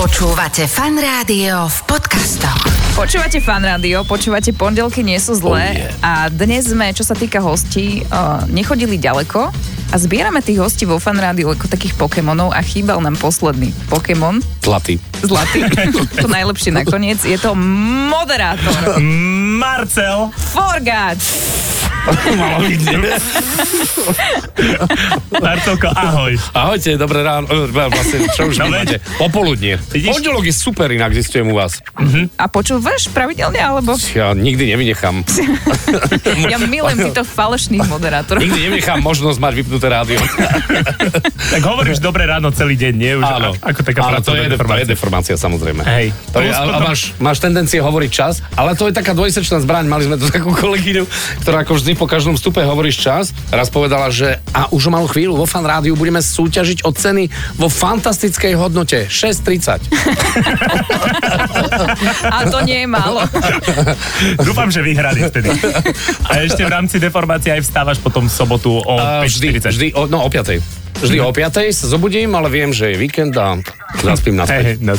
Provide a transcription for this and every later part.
Počúvate fan rádio v podcastoch. Počúvate fan rádio, počúvate pondelky nie sú zlé Oh, yeah. a dnes sme, čo sa týka hostí, uh, nechodili ďaleko a zbierame tých hostí vo fan rádiu ako takých Pokémonov a chýbal nám posledný Pokémon Zlatý. zlatý, to najlepšie nakoniec, je to moderátor Marcel. Forgač. Malo byť, nie? Marcelko, ahoj. Ahojte, dobré ráno. E, Vlastne, čo už vy Dobre. máte? Popoludne. Vidíš? Pondelok je super, inak zistujem u vás. A počúvaš pravidelne alebo? Ja nikdy nevynechám. Ja milujem týchto falošných moderátorov. Nikdy nevynechám možnosť mať vypnuté rádio. Tak hovoríš dobré ráno celý deň, nie? Už Áno. a- Ako taká Áno, to je, def- to pracovná je deformácia. deformácia, samozrejme. Hej. To je, a, Plus a potom- máš, máš tendencie hovoriť čas, ale to je taká dvojsečná zbraň. Mali sme tu takú kolegyňu, ktorá ako vždy po každom vstupe hovoríš čas. Raz povedala, že a už o malú chvíľu vo fan rádiu budeme súťažiť o ceny vo fantastickej hodnote 6.30. A to nie je málo. Dúfam, že vyhrali vtedy. A ešte v rámci deformácie aj vstávaš potom v sobotu o A vždy, 5.40. vždy, o, no o 5. Vždy o 5 sa zobudím, ale viem, že je víkend a zaspím Hej, naspäť. hej, no.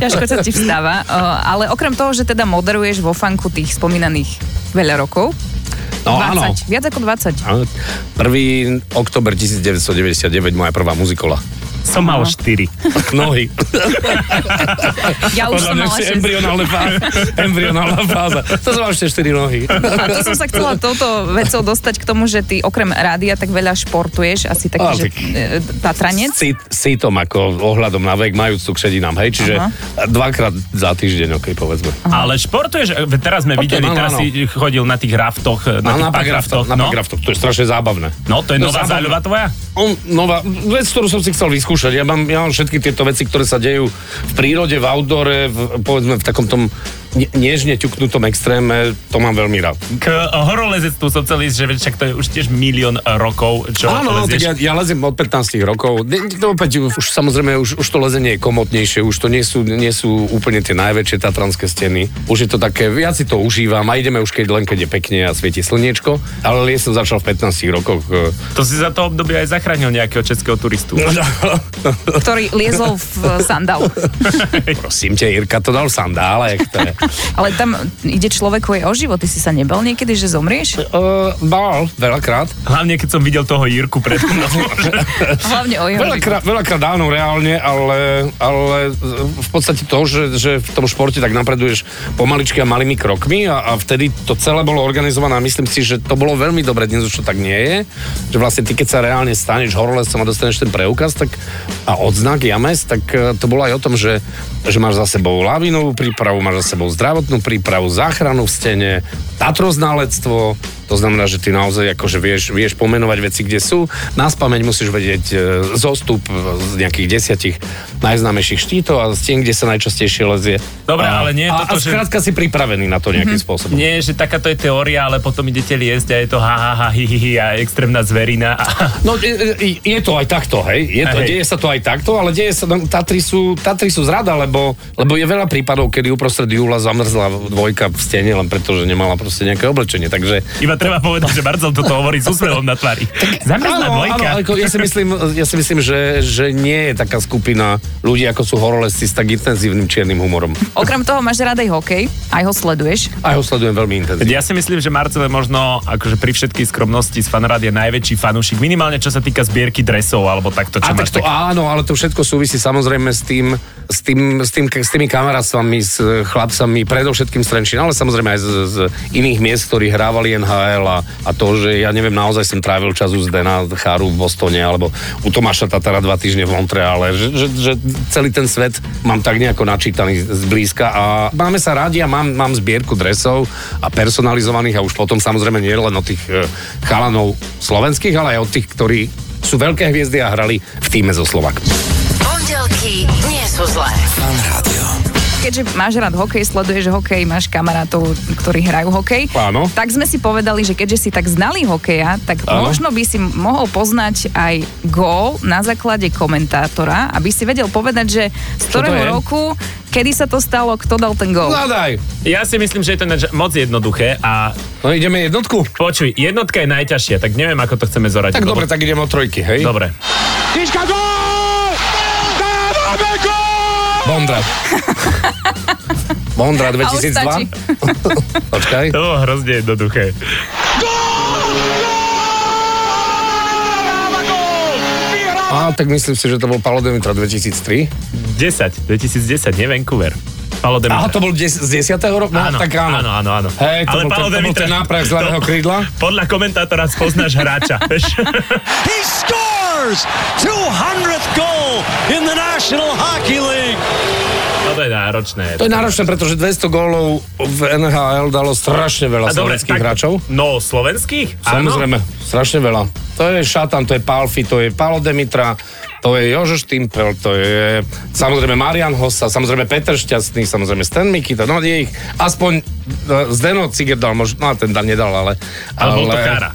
Ťažko sa ti vstáva. Uh, ale okrem toho, že teda moderuješ vo fanku tých spomínaných veľa rokov, No 20, áno. viac ako 20. Áno. 1. oktober 1999, moja prvá muzikola. Som mal 4. Nohy. Ja už Podľa som mňa mala ešte 6. embryonálna fáza. Embryonálna fáza. To som mal ešte 4 nohy. A to som sa chcela touto vecou dostať k tomu, že ty okrem rádia tak veľa športuješ, asi taký, Ale že tak- e, tatranec. Si, sitom ako ohľadom na vek majúc tu k šedinám, hej, čiže dvakrát za týždeň, okej, povedzme. Ale športuješ, veď teraz sme Potom, videli, áno, teraz áno. si chodil na tých raftoch, na Na, tých no, na pagraftoch, pagraftoch. na No, pagraftoch, to je strašne zábavné. no, to je No, nová zábavné. záľuba tvoja? On, nová vec, ktorú som si chcel vyskúšať. Ja mám, ja mám všetky tieto veci, ktoré sa dejú v prírode, v outdoore, v, povedzme v takom tom ne- nežne ťuknutom extréme, to mám veľmi rád. K horolezectvu som chcel ísť, že veď však to je už tiež milión rokov, čo Áno, no, tak ja, lezieš. ja lezem od 15 rokov. Ne- ne- No, opäť, už, samozrejme, už, už to lezenie je komotnejšie, už to nie sú, nie sú úplne tie najväčšie tatranské steny. Už je to také, ja si to užívam a ideme už keď len keď je pekne a svieti slniečko, ale ja som začal v 15 rokoch. e, To si za to obdobie aj zachránil nejakého českého turistu. ktorý liezol v sandál. Prosím ťa, Irka to dal v sandálech. To je. Ale tam ide človeku aj o život. Ty si sa nebal niekedy, že zomrieš? Uh, bál, veľakrát. Hlavne, keď som videl toho Jirku pred mnou. Hlavne o jeho život. Veľakrát, veľakrát áno, reálne, ale, ale v podstate to, že, že v tom športe tak napreduješ pomaličky a malými krokmi a, a vtedy to celé bolo organizované a myslím si, že to bolo veľmi dobre, dnes už to tak nie je, že vlastne ty, keď sa reálne staneš horolezcom a dostaneš ten preukaz tak, a odznak James, tak e, to bolo aj o tom, že, že máš za sebou lavinovú prípravu, máš za sebou zdravotnú prípravu, záchranu v stene, tatroználectvo, to znamená, že ty naozaj akože vieš, vieš pomenovať veci, kde sú. Na spameň musíš vedieť e, zostup e, z nejakých desiatich najznámejších štítov a z tým, kde sa najčastejšie lezie. Dobre, a, ale nie je a, a toto, že- Mhm. skrátka si pripravený na to nejakým spôsobom. Nie, že takáto je teória, ale potom idete liesť a je to ha, ha, ha, hi, hi, hi a extrémna zverina. A... No, e, e, je to aj takto, hej? Je to, Hej. Deje sa to aj takto, ale deje sa, no, Tatry sú, Tatry sú zrada, lebo, lebo je veľa prípadov, kedy uprostred júla zamrzla dvojka v stene, len preto, že nemala proste nejaké oblečenie, takže... Iba treba povedať, že Marcel toto hovorí s úsmevom na tvári. Zamrzla Áno, dvojka. áno, ako ja si myslím, ja si myslím že, že nie je taká skupina ľudí, ako sú horolezci s tak intenzívnym čiernym humorom. Okrem toho máš rád aj hokej, aj ho sleduješ. A ho sledujem veľmi intenzívne. Ja si myslím, že Marcel je možno akože pri všetkej skromnosti z fanrádia najväčší fanúšik, minimálne čo sa týka zbierky dresov alebo takto, čo A tak máš to, áno, ale to všetko súvisí samozrejme s tým, s tým, s tým, s tými kamarátstvami, s e, chlapcami, predovšetkým z Trenčína, ale samozrejme aj z, z iných miest, ktorí hrávali NHL a, a to, že ja neviem, naozaj som trávil čas u Zdena Cháru v Bostone alebo u Tomáša Tatara dva týždne v Montreale, že, že, že celý ten svet mám tak nejako načítaný zblízka a máme sa rádi a mám, mám zbierku dresov a personalizovaných a už potom samozrejme nie len od tých e, chalanov slovenských, ale aj od tých, ktorí sú veľké hviezdy a hrali v týme zo Slovak. Pondelky nie sú zlé. Keďže máš rád hokej, sleduješ hokej, máš kamarátov, ktorí hrajú hokej. Áno. Tak sme si povedali, že keďže si tak znali hokeja, tak Áno. možno by si mohol poznať aj gól na základe komentátora, aby si vedel povedať, že z ktorého je? No, roku, kedy sa to stalo, kto dal ten gól. Hľadaj! Ja si myslím, že je to ináč moc jednoduché a No ideme jednotku? počuj, jednotka je najťažšia, tak neviem, ako to chceme zoradiť. Tak lebo- dobre, tak ideme o trojky, hej? Dobre. Kiška gol! Dávame gol! Bondra. Bondra A už stačí. 2002. Počkaj. To bolo hrozne jednoduché. A tak myslím si, že to bol Palo Demitra 2003. 10, 2010, nie Vancouver. Palo de Aha, Mitra. to bol des- z 10. roku? No, Áno, tak áno. áno, áno, áno. Hej, to Ale bol, Paolo ten, to bol Demitra- ten náprah z ľavého to- krídla. Podľa komentátora spoznáš hráča. vieš. He scores! 200th goal in the National Hockey League. Toto je náročné. To je náročné, pretože 200 gólov v NHL dalo strašne veľa slovenských hráčov. No, slovenských? Samozrejme, strašne veľa. To je Šatan, to je Palfi, to je Palo Demitra, to je Jožo Štimpel, to je samozrejme Marian Hossa, samozrejme Peter Šťastný, samozrejme Stan Mikita, no je ich aspoň e, Zdeno Ciger dal, možno, no ten dal nedal, ale... Ale bol to Chára.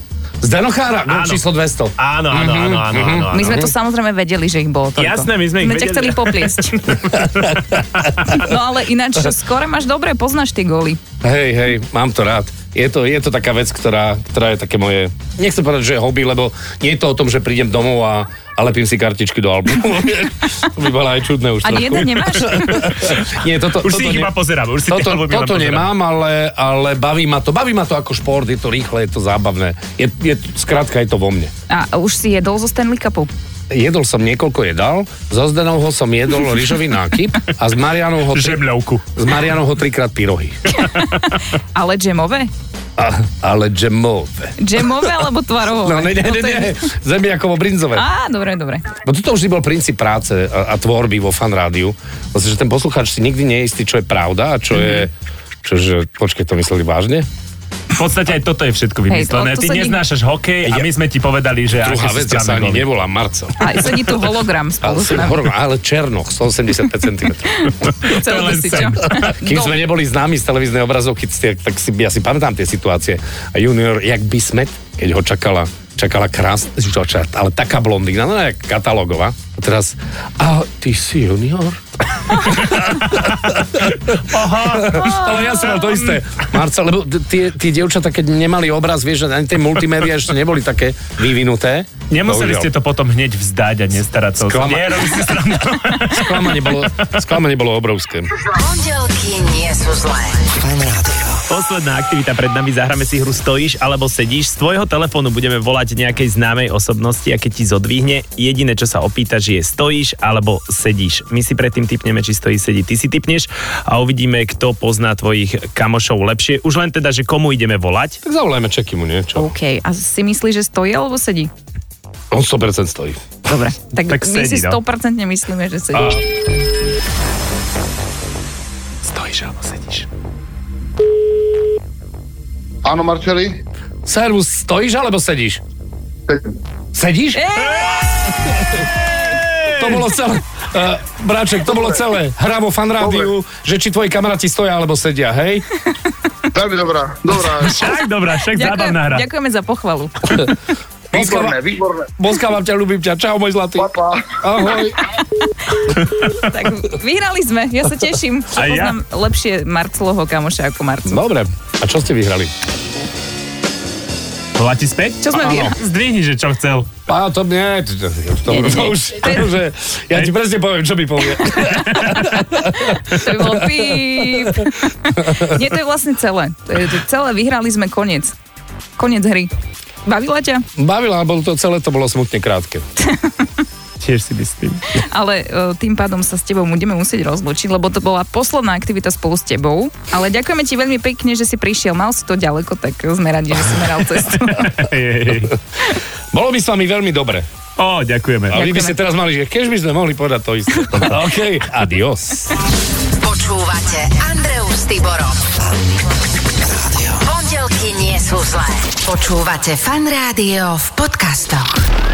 Zdeno Chára, gól Áno. číslo 200. Áno, áno, Mhm, áno, áno, áno, áno. My sme to samozrejme vedeli, že ich bolo toľko. Jasné, my sme ich sme ťa vedeli. chceli popliesť. no ale ináč, skore máš dobre, poznáš tie góly. Hej, hej, mám to rád. Je to, je to taká vec, ktorá, ktorá je také moje... Nechcem povedať, že je hobby, lebo nie je to o tom, že prídem domov a, a lepím si kartičky do albumu. to by bolo aj čudné už Ani trochu. jeden nemáš? Nie, toto, Už toto si ich ne- iba pozerám, už si tie toto, albumy len toto pozerám. nemám, ale, ale baví ma to. Baví ma to ako šport, je to rýchle, je to zábavné. Je, je, skrátka, je to vo mne. A už si jedol zo Stanley Cupu. Jedol som niekoľko jedál, zo Zdenou ho som jedol rýžový nákyp a s Marianou ho, tri, Žemľovku. s Marianou ho trikrát pyrohy. Ale džemové? A, ale džemové. Džemové alebo tvarové? No ne, ne, To ne, je- ne. zemiakovo brinzové. Á, dobre, dobre. No toto vždy bol princíp práce a, a tvorby vo fan rádiu. Vlastne, že ten poslucháč si nikdy nie je istý, čo je pravda a čo je... Mhm. Čože, počkej, to mysleli vážne? V podstate aj toto je všetko Hej, to- vymyslené. to sa Ty nikdy- neznášaš hokej a Ja- my sme ti povedali, že aké Druhá sú vec, ja sa správne ani góly. nevolám Marco. A sedí tu hologram Ale, spolu s som nami. horma, ale Černoch, 185 cm. To je len Celodosičo. sen. Kým No, sme neboli známi z televíznej obrazovky, ste- tak si, ja si pamätám tie situácie. A junior, jak by smet, keď ho čakala čakala krás, čo, čo, ale taká blondína, no jak katalógová. A teraz, a ty si junior? Aha. ale ja som mal to isté. Marca, lebo t- tie, tie dievčatá, keď nemali obraz, vieš, že ani tie multimédia ešte neboli také vyvinuté. Nemuseli ste to potom hneď vzdať a nestarať sa. o to. Sklama- Nie, robí si srandu. Sklamanie bolo, sklamanie bolo obrovské. Pondelky nie sú zlé. Posledná aktivita pred nami, zahráme si hru Stojíš alebo sedíš. Z tvojho telefónu budeme volať nejakej známej osobnosti a keď ti zodvihne, jediné, čo sa opýtaš je stojíš alebo sedíš. My si predtým typneme, či stojí, sedí. Ty si typneš a uvidíme, kto pozná tvojich kamošov lepšie. Už len teda, že komu ideme volať. Tak zavolajme Čekimu, nie? Čo? No, OK, a si myslíš, že stojí alebo sedí? On 100% stojí. Dobre, tak, Tak my sedí, si no. 100% myslíme, že sedí. Stojíš alebo sedíš. Áno, Marčeli? Servus, stojíš alebo sedíš? Sedíš? To bolo celé. Uh, Braček, to bolo celé. Hra vo fanrádiu, že či tvoji kamaráti stoja alebo sedia, hej? Veľmi dobrá, dobrá. Tak dobrá, však Ďakujem, zábavná hra. ďakujeme za pochvalu. Výborné, výborné. Boskávam ťa, ľúbim ťa. Čau, môj zlatý. Papa. Ahoj. Tak vyhrali sme, ja sa teším. A ja? No. Poznám lepšie Marcelovho kamoša ako Marcel. Dobre, a čo ste vyhrali? Volá ti späť? Čo sme Áno. vyhrali? Zdvihni, že čo chcel. Pá, to nie, to, to, to, Nie, nie, to nie. už, to už je- ja ti presne poviem, čo mi povie. To by bolo píp. Nie, to je vlastne celé. To je, to je celé, vyhrali sme koniec. Koniec hry. Bavila ťa? Bavila, bolo to celé, to bolo smutne krátke. Tiež si myslím. Ale e, tým pádom sa s tebou budeme musieť rozlučiť, lebo to bola posledná aktivita spolu s tebou. Ale ďakujeme ti veľmi pekne, že si prišiel. Mal si to ďaleko, tak sme radi, že si meral cestu. Jej. Bolo by s vami veľmi dobre. Ó, ďakujeme. A vy by Ďakujeme. ste teraz mali, že keď by sme mohli povedať to isté. OK, adios. Počúvate Andreu s Tiborom. Pondelky nie sú zlé. Počúvate Fan Rádio v podcastoch.